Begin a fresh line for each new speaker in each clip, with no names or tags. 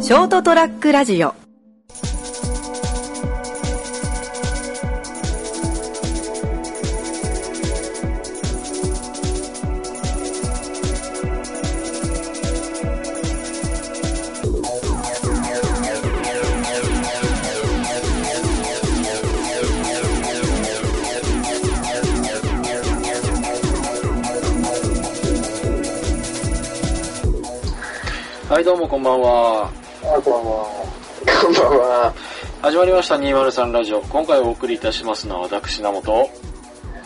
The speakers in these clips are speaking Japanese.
ショートトラックラジオ
はい、どうもこんばんは。
あ、こんばんは。こんばんは。
始まりました203ラジオ。今回お送りいたしますのは私、名本。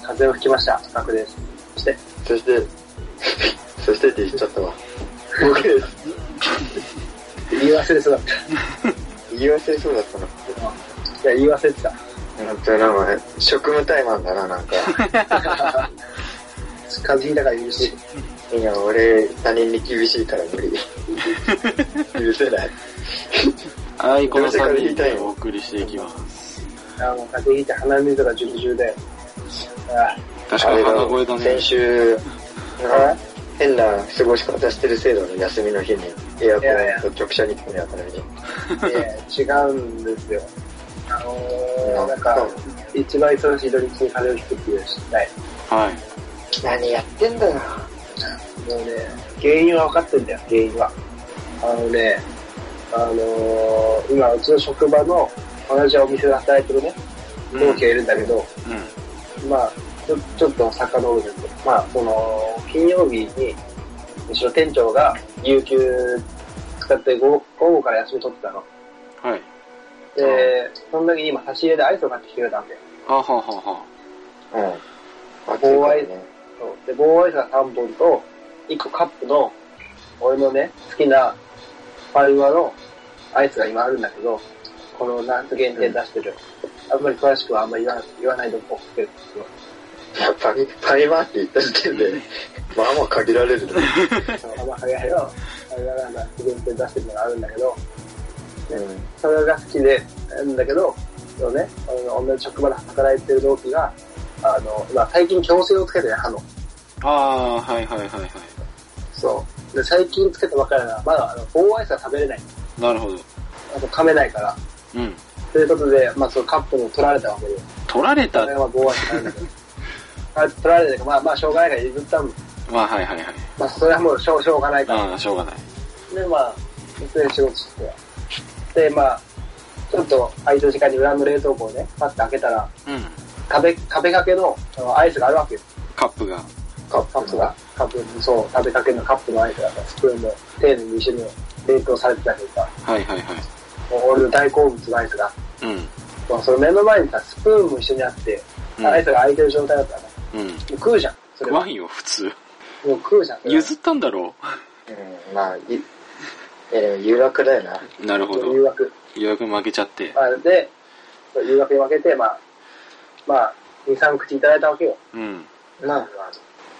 風を吹きました。タクです。そして、
そして、 そしてって言っちゃったわ。
僕です。言い忘れそうだった。
言い忘れそうだったな。
いや、言い忘れてた。
なんて名前、職務怠慢だな、なん か。
風邪だから言うし。
いや、俺、他人に厳しいから 無理。許せない。
はい、この
どうせ風邪
3
ひ
人
いたん
で
よ
お送りしていきます。
あの、風邪ひいて鼻水がジュルジュルで。あ
確かに鼻声だね
先。週、なん
あ
か変な過ごし方してる制度の休みの日に、エ
いやいや
アコンと直射日光に当たるに。
いや、違うんですよ。あのー、なんか、一番忙しい土日に風邪をひくっていう失態。
はい。
何やってんだよ。
もうね、原因は分かってんだよ、原因は。あのね、あのー、今、うちの職場の、同じお店で働いてるね、
うん
同期がいるんだけど、
う
まあ、ちょちょっと遡るんですけど、まあ、その、金曜日に、むしろ店長が、有給使って午午後から休み取ってたの。
ん。はい。
で、その時に今、差し入れでアイスを買ってきてくれたんで、
あははは
うん。暑い
怖
か
い
らね。
そうで、棒アイスが3本と、1個カップの、俺のね、好きな、ファイマのアイスが今あるんだけど、この夏限定出してる。あんまり詳しくはあんまり言わ言わないでおこうって
やっぱり、タイマーって言った時点 で、まあまあ限られるね。
あんま早いよ。あれが夏限定出してるのがあるんだけど、
うん。
それが好きで、なんだけど、そうね、あの同じ職場で働いてる同期が、あの、まあ、最近矯正をつけてね、歯の。
あー、はいはいはいは
そう。で、最近つけたばっかりだから、まだ、あの、棒アイスは食べれない。
い。なるほど。
あと噛めないから。
うん。
ということで、まあ、そのカップも取られたわけで、
取られた
そ。れは棒アイスなんだけど。あ取られて、まあ、まあ、しょうがないから譲ったん
まあはいはいはい。
まあ、それはもうしょうしょうがないから。
あー、しょうがない。
で、まあ、別に仕事して。で、まあ、ちょっと空いた時間に裏の冷凍庫をね、パッと開けたら、
うん。
壁、壁掛けのあのアイスがあるわけよ。
カップが。
カップが、カップ、そう、食べかけのカップのアイスがさ、スプーンも丁寧に一緒に冷凍されてたりとか、
はいはいはい。
もう俺の大好物のアイスが、
うん。
まあ、その目の前にさ、スプーンも一緒にあって、
うん
アイスが空いてる状態だったらね、
うん。
もう食うじゃん、それ
食
は。
わ
も
んよ、普通。
う食うじゃん、それは
譲ったんだろ
うん、まあ、い、いやでも誘惑だよな。
う。なるほ
誘
ど。
惑。
予約負けちゃって
ま。あ、で、誘惑に負けて、まあ、まあ、2、3口いただいたわけよ。
うん。
まあ、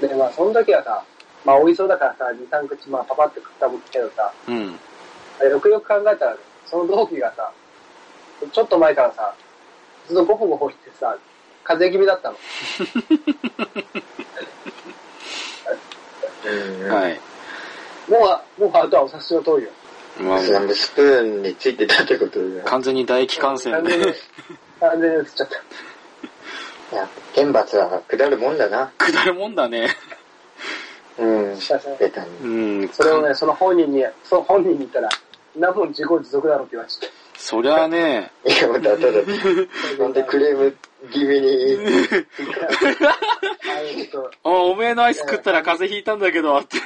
で、まあ、その時はさ、まあ、美味しそうだからさ、2、3口、まあ、パパって食ったけどさ、
うん。
あれよくよく考えたら、その同期がさ、ちょっと前からさ、ずっとゴホゴホしてさ、風邪気味だったの。
うん。
はい。
もうあ、もうあとはお察しの通りよ。
まあ、
全部スプーンについてたってことだよ。
完全に唾液感染
完全に
で、
完全に映っちゃった。
いや、天罰は下るもんだな。
下るもんだね。
うん。
しか しね
ベタに。
うん。
それをね、その本人に、その本人に言ったら、んなもん自業自得だろって言われちゃっ
そりゃあね、
いや、またただ、なんでクレーム気味に、
た。ああいうこと、
あおめえのアイス食ったら風邪ひいたんだけど、って。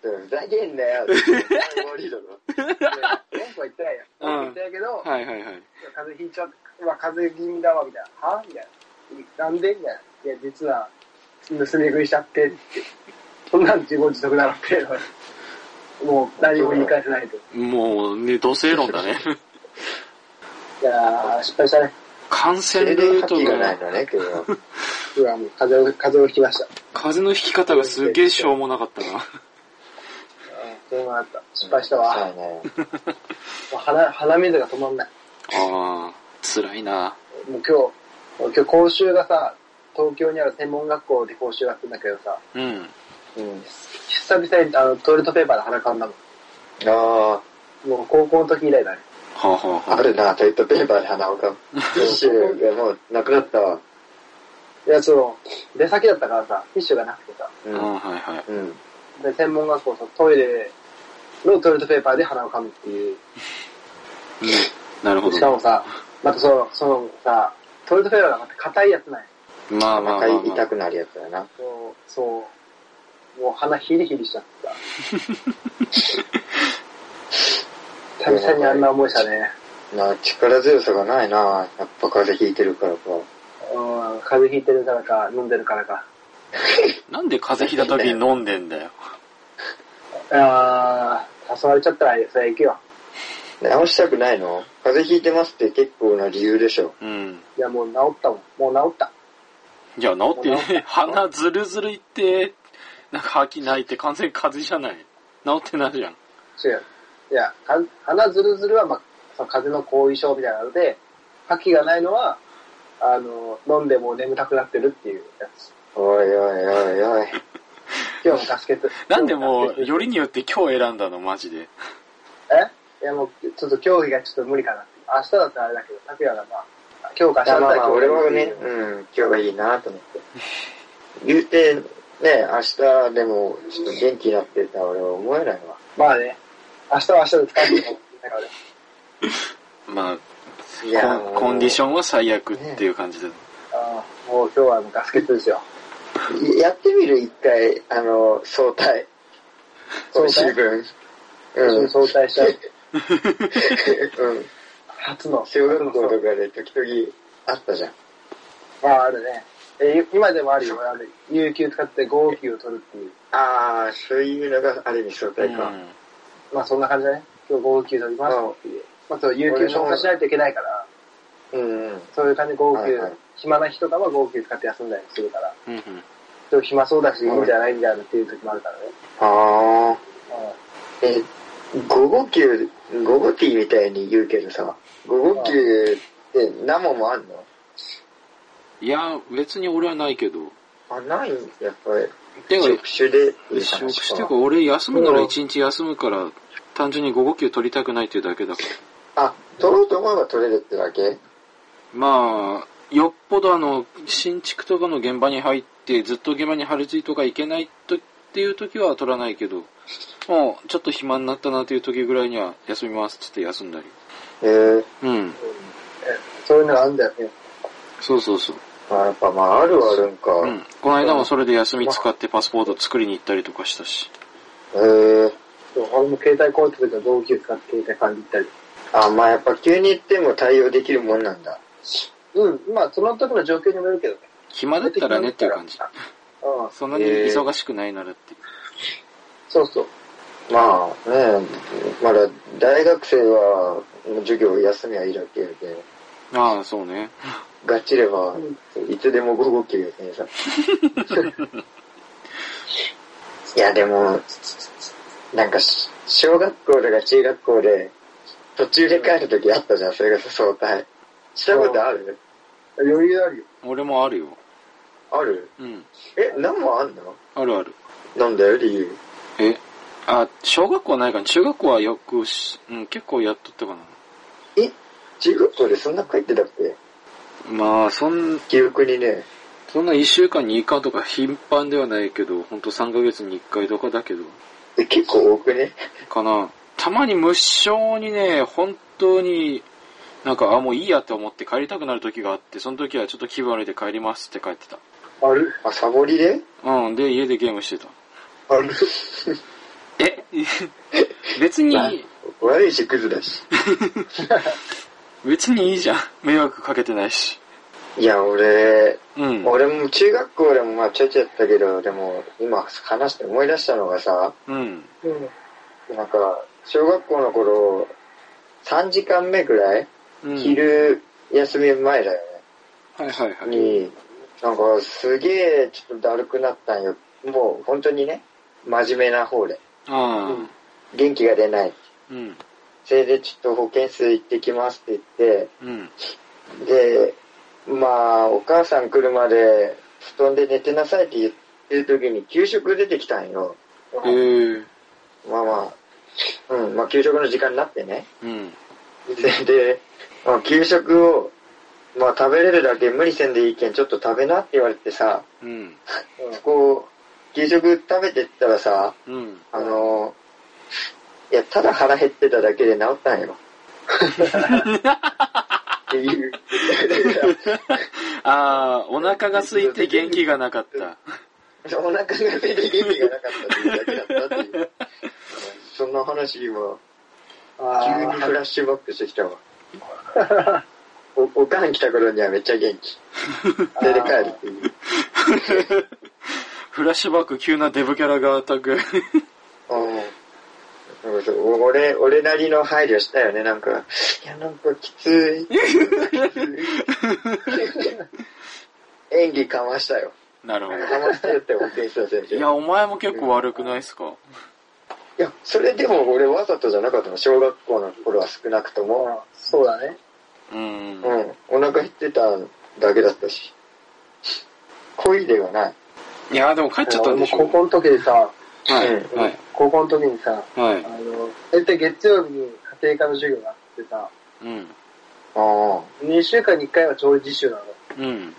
ふざけんなよ。終わりだろ。
文句は言ってないよ。
うん
文句言ってないけど、
はいはいはい。
風邪ひいちゃうわ、風邪気味だわ、みたいな。はみたいな。なんでみたいな。いや、実は、盗み食いしちゃってって。そんなん自業自得だろって。もう、何も言い返せないと。
もう、ね、土星論だね。
いやー、失敗したね。
感
そ
染
れ
ル
で
ー
覇
ト
気がない
が、
のね、今日は。
僕はもう、風邪を、風邪をひきました。
風の吹き方がすげえしょうもなかったな。
そういうのがあった。失敗したわ。
そうね。
もう鼻、鼻水が止まんない。
ああ、辛いな。
もう今日、もう今日講習がさ、東京にある専門学校で講習があったんだけどさ、
うん。
うん。
久々にあのトイレットペーパーで鼻かんだもん。
ああ、
もう高校の時以来だね。
はあ、はあ
あ
は
るな、トイレットペーパーで鼻をかむ。ティッシュがもうなくなったわ。
いや、そう、出先だったからさ、ティッシュがなくてさ、
う
あ、
ん。
ああはいはい。
うん。
で、専門学校さ、トイレのトイレットペーパーで鼻をかむっていう。
なるほ
しか
ど。
もさ、またその、そのさ、トイレットペーパーがまた硬いやつない。
まあまあまあ、
お
まあ
腹痛くなるやつだな。
そう、そう。もう鼻ヒリヒリしちゃってさ。久々にあんな思いしたね。
なあ、力強さがないな。やっぱ風邪ひいてるからか。
うん、風邪ひいてるからか、飲んでるからか。
なんで風邪ひいた時に飲んでんだよ。
あー、誘われちゃったら、それ行くよ。
治したくないの風邪ひいてますって結構な理由でしょ。
うん。
いや、もう治ったもん。もう治った。
いや、治って
治っ
ね、鼻ずるずるいって、なんか吐きないって完全に風邪じゃない。治ってないじゃん。
違う。いや、か鼻ずるずるは、まあ、その風邪の後遺症みたいなので、吐きがないのは、あの、飲んでも眠たくなってるっていうやつ。
おいおいおいおい。
今日もガスケツ。
なんでも
今日
う、
ガスケツ
よりによって今日選んだの、マジで。
えいやもう、ちょっと競技がちょっと無理かなって。明日だったらあれだけど、拓也がまあ、今日か明日だ
まあ
ったら
まあまあ、
今日
俺は
がいい
ね、うん、今日がいいなと思って。言うて、ね、明日でも、ちょっと元気になってた俺は思えないわ。
まあね、明日は明日で疲れてるだからね。
まあ、
い
コンコンディシ
ョ
ョンは最悪っていう感じで。
ああもう今日はもうガスケツですよ。
ン。やってみる一回、あの、早退。
早退
今週分。
一緒
う
に
ん。
早退しちゃう。
うん。
初の。
小学校とかで時々あったじゃん。
まああるね。えー今でもあるよ。ある有給使って合給を取るっていう。
ああ、そういうのがある意味早
う
退か。
ん。
まあそんな感じだね。今日合給取ります。まあそう、有給消化しないといけないから、
うんうん。
そういう感じで合
はい
給
はい、
暇な日とかは合給使って休んだりするから、
うんうん。
ちょっと暇そうだし、いいんじゃないんだよっていう時もあるからね。
ああ。
うん
え、午後休、午後ティーみたいに言うけどさ、午後休って何問もあんの
いや、別に俺はないけど。
あ、ないんやっぱり。
てか、
職種でいい話か。
職種っていうか、俺休むなら一日休むから、単純に午後休取りたくないっていうだけだから。
あ、取ろうと思えば取れるってだけ
まあ、よっぽどあの、新築とかの現場に入って、ずっと現場に張り付いとか行けないとっていう時は取らないけど、もう、ちょっと暇になったなという時ぐらいには、休みますっつって休んだり。
えー、
うん。
そういうのがあるんだよね。
そうそうそう。
まあやっぱまああるはあるんか。
うん。この間もそれで休み使ってパスポート作りに行ったりとかしたし。
えー、
そう俺も携帯こうって時は同級使って携帯管理行ったり。
あ、まあやっぱ急に行っても対応できるもんなんだ。
うん、まあその時の状況にもよるけどね。
暇だったらねっていう感じ。
うん、
そんなに忙しくないならっていう。
そうそう。
まあね、まだ大学生は授業休みはいいだけで、
ああ、そうね。
がっちれば、いつでも午後休よね、さ。 いや、でも、なんかし、小学校とか中学校で、途中で帰るときあったじゃん、それがさ早退。したことある
余裕あるよ。
俺もあるよ。
ある
うん。
え、何もあんの
あるある。
なんだよ、理由。
え、あ、小学校はないかな。中学校はよくし、うん、結構やっとったかな。
え、中学校でそんな帰ってたっけ
まあ、そん、
記憶にね、
そんな1週間に1回とか頻繁ではないけど、ほんと3ヶ月に1回とかだけど、
え結構多くね。
かな。たまに無償にね、本当に、なんか、あ、もういいやって思って帰りたくなる時があって、その時はちょっと気分悪いで帰りますって帰ってた。
ある
あ、サボりで
うん、で、家でゲームしてた。
ある
え 別に、
悪いし、クズだし。
別にいいじゃん。迷惑かけてないし。
いや、俺、
うん。
俺も中学校でもまあちょいちょいやったけど、でも今話して思い出したのがさ、
うん。
うん。
なんか、小学校の頃、3時間目ぐらい、
うん。
昼休み前だよ
はいはいは
ね。
い。
に、なんかすげえちょっとだるくなったんよ。もう本当にね、真面目な方で。
あ
元気が出ない。
あ。うん。
それでちょっと保健室行ってきますって言って、
うん。
で、まあ、お母さん来るまで、布団で寝てなさいって言ってる時に給食出てきたんよ。
ええー。
まあまあ、うん、まあ、給食の時間になってね。
うん。
で、でまあ、給食を、まあ、食べれるだけ無理せんでいいけん、ちょっと食べなって言われてさ、
うん。
こう、給食食べてったらさ、
うん。
あの、いや、ただ腹減ってただけで治ったん よ。っていう。
ああ、お腹が空いて元気がなかった。
お腹が出て元気がなかったっていうだけだった っていう。そんな話は、急
あ
にフラッシュバックしてきたわ。 お、おかん来た頃にはめっちゃ元気。それで帰るっ ていう。
フラッシュバック急なデブキャラがアタック。
うん。そう俺、俺なりの配慮したよね、なんか。いや、なんかき つい。演技かましたよ。
なるほ
かましたよって、ベースの先生。
ど。いや、お前も結構悪くないっすか
いや、それでも俺わざとじゃなかったの。小学校の頃は少なくと
あ
も。
あそうだね。
うん。
うん。お腹減ってただけだったし。恋ではない。
いや、でも帰っちゃったんでし
あの俺も
ょ
高。校の時でさ、
はい。
うん
はい。
高校の時にさ、
はい
あ。の、大体月曜日に家庭科の授業があってさ、
うん。
あ
2週間に1回は調理実習なの。
うん。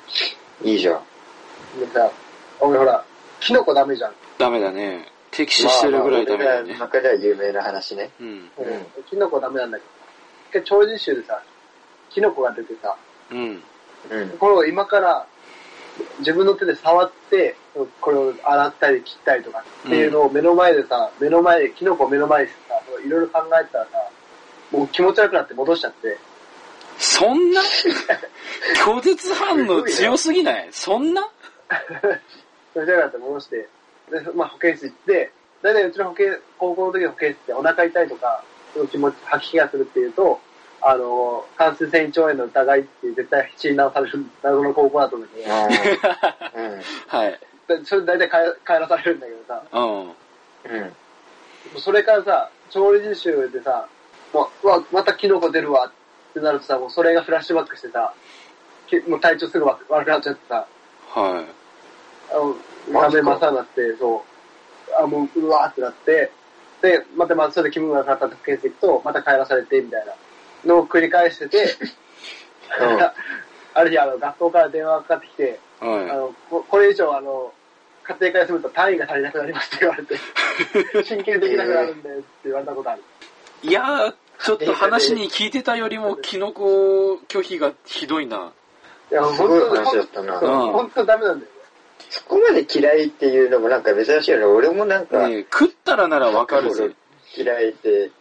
あ、いいじゃん。
でさ、俺ほら、キノコダメじゃん。
ダメだね。敵視してるぐらいダメだね
まあ。まあ俺らの中では有名な話ね。
うん。
うん
キノコダメなんだけど、一回調理実習でさ、キノコが出てさ、
うん。
うん。
これを今から自分の手で触って、これを洗ったり切ったりとかっていうのを目の前でさ、目の前で、キノコを目の前にしてさ、いろいろ考えてたらさ、もう気持ち悪くなって戻しちゃって、
そんな拒絶反応強すぎないそんな
気持ち悪くなって戻して、でまあ保健室行って、だいたいうちの保健、高校の時の保健室ってお腹痛いとか、その気持ち、吐き気がするっていうと、あの、感染性胃腸炎の疑いっていう絶対診断される謎の高校だったんだけど、
ああ
はい。
でそれ大体帰帰らされるんだけどさ、
うん。
うん。うん。
それからさ、調理実習でさ、もう、うわ、またキノコ出るわってなるとさ、もうそれがフラッシュバックしてさ、きもう体調すぐわ悪くなっちゃってさ、
は
あの、
マジ
ダメ
か
マサになって、そう、あ、もう、うわーってなって、で、またまあそれで気分が悪くなったって保健室行くと、また帰らされて、みたいなのを繰り返して て、
うん
ある日、あの、学校から電話がかかってきて、
い。
あ
は
の、ここれ以上、あの、家庭科休むと単位が足りなくなりますって言われて、 真剣できなくなるんで、って言われたことある。
い。いやー、ちょっと話に聞いてたよりも、キノコ拒否がひどいな。
いや、
す
本
ごい
当に、
話だったな。
うん
本当ダメなんだよね。
そこまで嫌いっていうのもなんか珍しいよね。俺もなんか、
ねえ食ったらならわかるぜ。
嫌いって、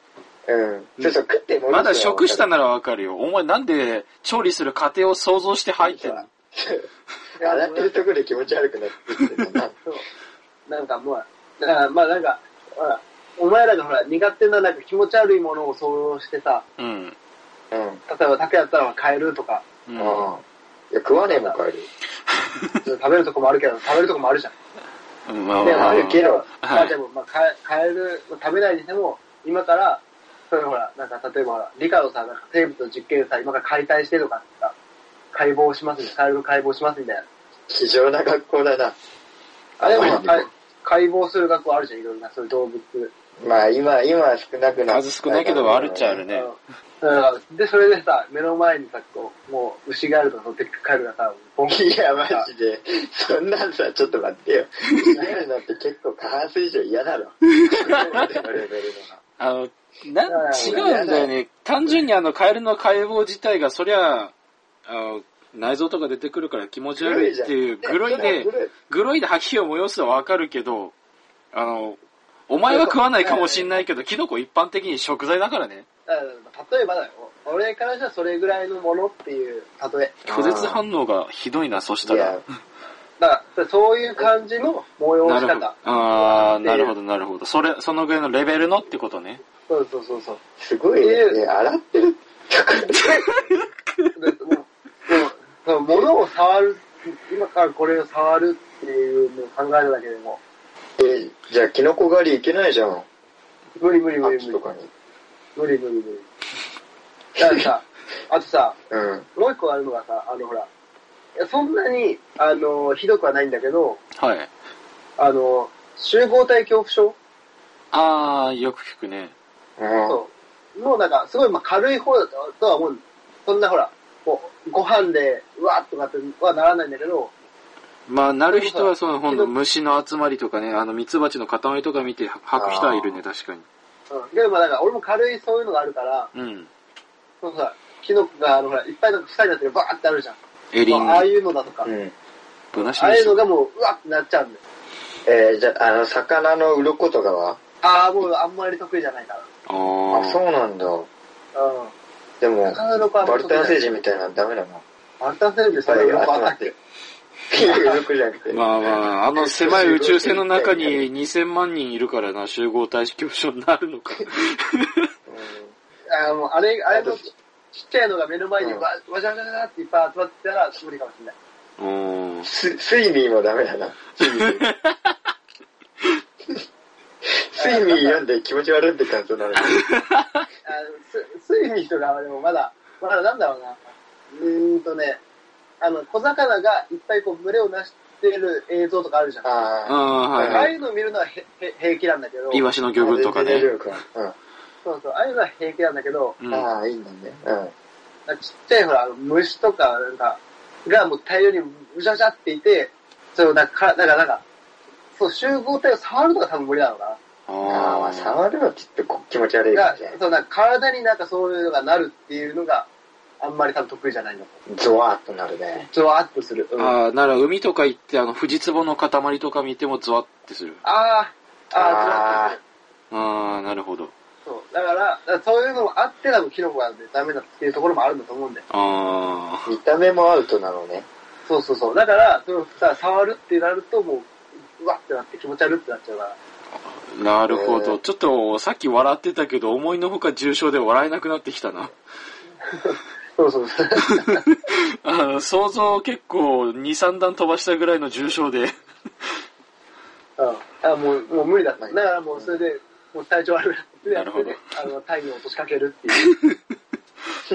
うん。そうそう、食っても
まだ食した
の
ならわかるよ。お前なんで調理する過程を想像して入ってんの
洗ってるところで気持ち悪くなってるんだ な。
そう。なんかもう、だからまあなんか、ほら、お前らがほら、苦手ななんか気持ち悪いものを想像してさ、
うん。
うん。
例えば竹だったらカエルとか、
うん。
ああ。いや、食わねえもん、帰り。
食べるとこもあるけど、食べるとこもあるじゃん。
うんまあ
で
まあまあ
るけど
まあでも、まあカエカエル、食べないにしても、今から、それほら、なんか例えばほら、理科のさ、なんか生物の実験さ、今から解体してとかさ、解剖しますみたいな、カエルの解剖しますみたいな。
非常な学校だな。
あれも
まあ
解解剖する学校あるじゃん、いろんな、そういう動物。
まあ今、今は少なくな
数少ないけどあるっちゃあるね。
うん。で、それでさ、目の前にさ、こう、もう、牛があるとか、でっかいのがさ、ボンって
いや、マジで。そんなんさ、ちょっと待ってよ。嫌になって結構過半数以上嫌 だろ。レベル
あの、な、
はい
違うんだよね。単純にあの、カエルの解剖自体が、そりゃ、あの、内臓とか出てくるから気持ち悪いっていう、グロいで、グロいで吐き気を催すのはわかるけど、あの、お前は食わないかもしんないけど、キノコ一般的に食材だからね。
例えばだよ。俺からじゃそれぐらいのものっていう例え。
拒絶反応がひどいな、そした
い
ら
や。、
だから、そういう感じの模様
な
の
る
仕
ほど
方。。
ああ、なるほ
ど。
ど、なるほど。それ、そのぐらいのレベルのってことね。
そうそうそうそう。
すごいね。ね洗ってる
でもう、もうその物を触る、今からこれを触るっていうのを考えるだけでも、
え、じゃあ、キノコ狩りいけないじゃん。
無理無理無理
秋
無
と
理。
かに。
無理無理無理。だからさ、あとさ、
うん。
もう一個あるのがさ、あのほら、いやそんなに、あの、ひどくはないんだけど、
はい。
あの、集合体恐怖症
ああ、よく聞くね。
うん。
そう。もうなんか、すごいまあ軽い方だととは思う。そんなほら、こう、ご飯で、うわーっとかってはならないんだけど、
まあ、なる人はその本の虫の集まりとかね、あの、蜜蜂の塊とか見て吐く人はいるね、確かに。
うん。でもまあなんか、俺も軽いそういうのがあるから、
うん。
そのほら、キノコが、あのほら、いっぱいなんか房になってるバーってあるじゃん。
エリン
まあああいうのだとか、
うん。
となし
ああ
に
いうのがもう、うわってなっちゃうんで。
えー、じゃあ、あの、魚の鱗とかは
ああ、もうあんまり得意じゃないか
あ
あ、
ー
そうなんだ。
ら。うん。
でも、
魚の皮
バルタン星
ジ。
人みたいなのダメだな。
バルタン星人で
そ
それ
れ
よ
が
く
集
わ
ま
か
っ
ってて
る
る。。
鱗じゃなくて。
まあまあ、あの狭い宇宙船の中に2000万人いるからな、集合体恐怖症になるの か。
う
あーもうあれ、あれの
あ
ちちっちゃいのが目の前に
うん
わ、わじゃわじゃわじゃっていっぱい集まってたら無理かもしれない。
うん。
ん、ススイミーもダメだな。スイミー。スイミー読んで気持ち悪いって感想になる。
あのすスイミーとかはでもまだ、まだなんだろうな。うーんとね、あの、小魚がいっぱいこう群れをなしてる映像とかあるじゃん。あ
あ
ああ。
あ、はい
あ
はい。
いうのを見るのはへへ平気なんだけど、
イワシの魚群とかね。
全然大丈夫か
そうそう、ああいうのは平気なんだけど、
う
うんん。。ああ、いいんだね。うん。
なんかちっちゃいほら、あの虫とか、なんか、がもう大量にむしゃむしゃっていて、そう、なんか、なんか、なんか、そう、集合体を触るのが多分無理なのか
ああ、ま
あ
あ、
あ、
触るのはちょっとこ気持ち悪
な。
いか
が
もしれない、。
そう、なんか体になんかそういうのがなるっていうのが、あんまり多分得意じゃないの。
ゾワーっとなるね。
ゾワーっとする。うん、あ
ああ、なら海とか行って、あの、藤壺の塊とか見てもゾワってする。
あー、ああ、ゾワーっとする。
ああ、なるほど。
そう、だから、だからそういうのもあって多分キノコがダメだっていうところもあるんだと思うんだよ。
あ
見た目もアウトなのね。
そうそうそう。だから、そのさ、触るってなるともう、うわってなって気持ち悪ってなっちゃうから。
あ、なるほ
え
ど。
ー
ちょっと、さっき笑ってたけど、思いのほか重症で笑えなくなってきたな。
そうそうそう。
あの想像を結構、2、3段飛ばしたぐらいの重症で。
うん、あもうもう無理だった。だからもうそれで、もう体調悪くなって、
なるほど
それであのタイムを落としかけるっていう。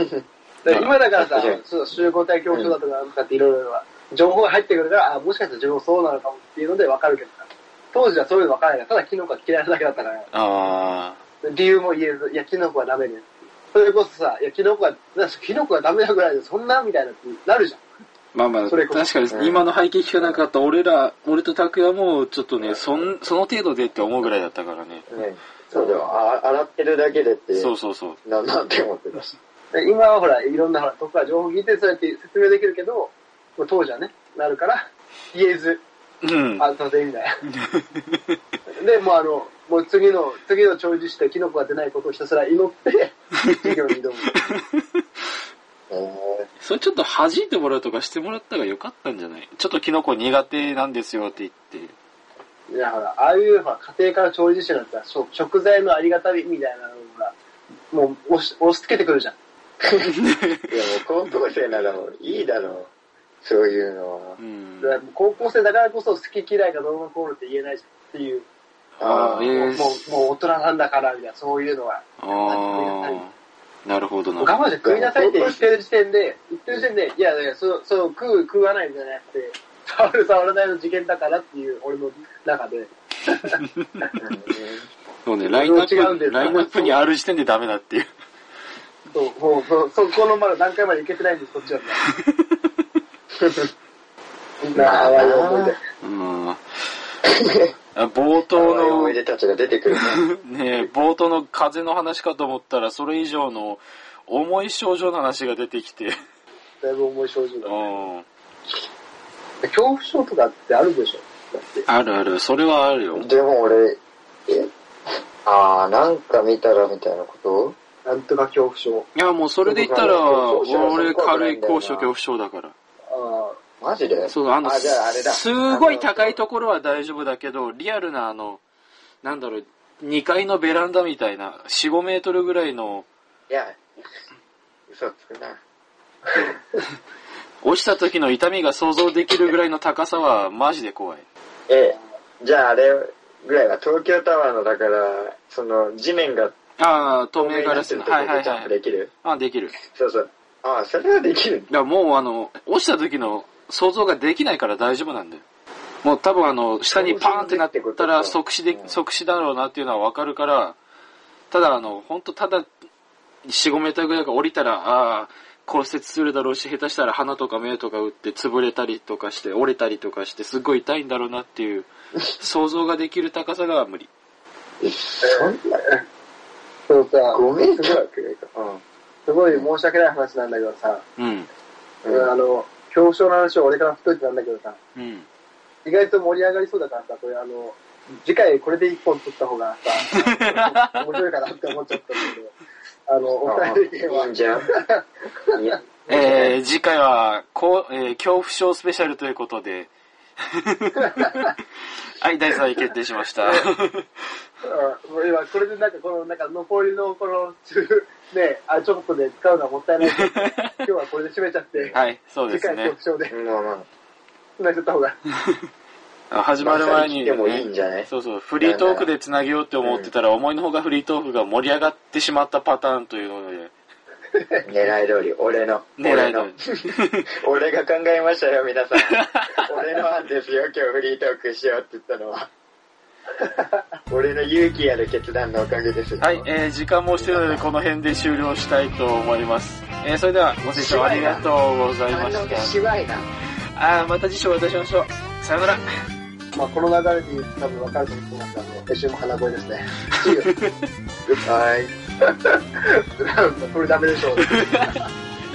だから今だからさ
なるほど、
そう集合体競争だとかなんかっていろいろな情報が入ってくるから、あもしかしたら自分もそうなのかもっていうので分かるけどさ。当時はそういうの分からないから、ただキノコが嫌いなだけだったから、
あ
理由も言えず、いや、キノコはダメね。それこそさ、いや、キノコは、なんかキノコはダメなぐらいで、そんなみたいなってなるじゃん。
まあまあ、
それこそ
確か
うん
に今の背景聞かなかった俺ら、俺と拓也もちょっとね、そん、その程度でって思うぐらいだったからね。
ね。そうだよ。あ洗ってるだけでって、
そうそうそう。
ななんて思ってたし。
で今はほら、いろんなほら、とこから情報聞いて、そうやって説明できるけど、もう当時はね、なるから、言えず、
うん。
あ、そうでみたい な。で、もうあの、もう次の、次の長寿してキノコが出ないことをひたすら祈って、授業に挑む。
えー
それちょっと弾いてもらうとかしてもらった方が良かったんじゃないちょっとキノコ苦手なんですよって言って。
いや、ほら、ああいうほら、家庭から調理師なんてさ、食食材のありがたみみたいなのが、もう押し、押し付けてくるじゃん。
いやもう高校生ならもういいだろう。そういうのは
う。ん
だ。からもう高校生だからこそ好き嫌いがどうのこうのって言えないじゃんっていう、
あ
あ
ーえ
も
ー
う、もうもう大人なんだから、みたいな、そういうのは。
ああ。なるほどな
我。慢で食いなさいって言ってる時点で、言ってる時点で、いやいや、そう、そう、食う、食わないんじゃなくて、触る、触らないの事件だからっていう、俺の 中で。
そうね、ラインナッ
違うんで
プ、
すか
ラインナップにある時点でダメだっていう。
そう、もう、そうそこのまだ段階まで行けてないんです、こっ ちは。みんな、淡い思いで。
うん。あ冒頭
そういう
の
思い、出たちが出てくるね。
ねえ、冒頭の風の話かと思ったら、それ以上の重い症状の話が出てきて。
だいぶ重い症状だ。
うん。
恐怖症とかってあるでしょだって。
あるある、それはあるよ。
でも俺、えああ、なんか見たらみたいなこと
なんとか恐怖症。
いや、もうそれで言ったら、
そうそうそう
俺軽い高所
そう
恐怖症だから。
あ
マジで
そう、あの、
あ、じゃああれだ。
すごい高い
こと
ころは大丈夫だけど、リアルなあの、なんだろう、2階のベランダみたいな、4、5メートルぐらいの、
いや、嘘つくな。
落ちた時の痛みが想像できるぐらいの高さは、マジで怖い。
ええ、じゃああれぐらいは東京タワーのだから、その地面が
ああ、透
透
明ガ
明ガ
ラ
ラ
ス
ス
の。
の
はいはい
ジャン
は
プ
い。
できる。
あできる。
そうそう。ああ、それはできる。
いや、もうあの、落ちた時の想像ができないから大丈夫なんだよ。もう多分あの、下にパーンってなったら
想像
即死で
う、ん
即死だろうなっていうのはわかるから、ただ、あの、ほんとただ、4、5メーターぐらいが降りたら、ああ、骨折するだろうし、下手したら鼻とか目とか打って潰れたりとかして、折れたりとかして、すっごい痛いんだろうなっていう、想像ができる高さが無理。
えそんな、
そのさ、
5メートルくらいか。
すごい申し訳ない話なんだけどさ、
うん。
あの、表彰の話を俺から振っといてなんだけどさ、
うん。
意外と盛り上がりそうだからさ、これあの、次回これで一本取った方が さ、面白いかなって思っちゃったんだけど、あの、お二人の意見
いいんじ
は、
ゃん。いや、
えー、次回は、こう、えー恐怖症スペシャルということで、 はい、第3位決定しました。
うんもう今これでなんかこの、なんか残りのこの中、ね、あ、ちょっとで使うのはもったいないけ ど、今日はこれで締めちゃって、
はい、そうで
次
す
回
ね
特。徴 で
まあまあ。
繋いじゃった方が、
あ始まる前に、
でもいいんじゃない
そうそう、フリートークでつなげようって思ってたら、思いのほかフリートークが盛り上がってしまったパターンというので、
狙い通り、俺の。
狙い
俺の
の。。
俺が考えましたよ、皆さん。俺の案ですよ、今日フリートークしようって言ったのは。 俺の勇気ある決断のおかげですよ。
はい、えー、時間もしてるので、この辺で終了したいと思います。えー、それでは、ご清聴ありがとうございま
反応が
し
芝居な。
た。あー、また次週お会いしましょう。さよなら。
まあこの流れで多分わかると思いますが、あの、一瞬も鼻声です ね。See you
はい。
これダメでしょう。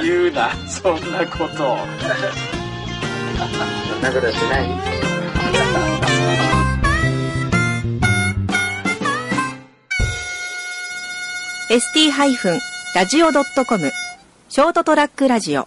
言うな、そんなことを。
そんなことしない
ー ST-radio.com ショートトラックラジオ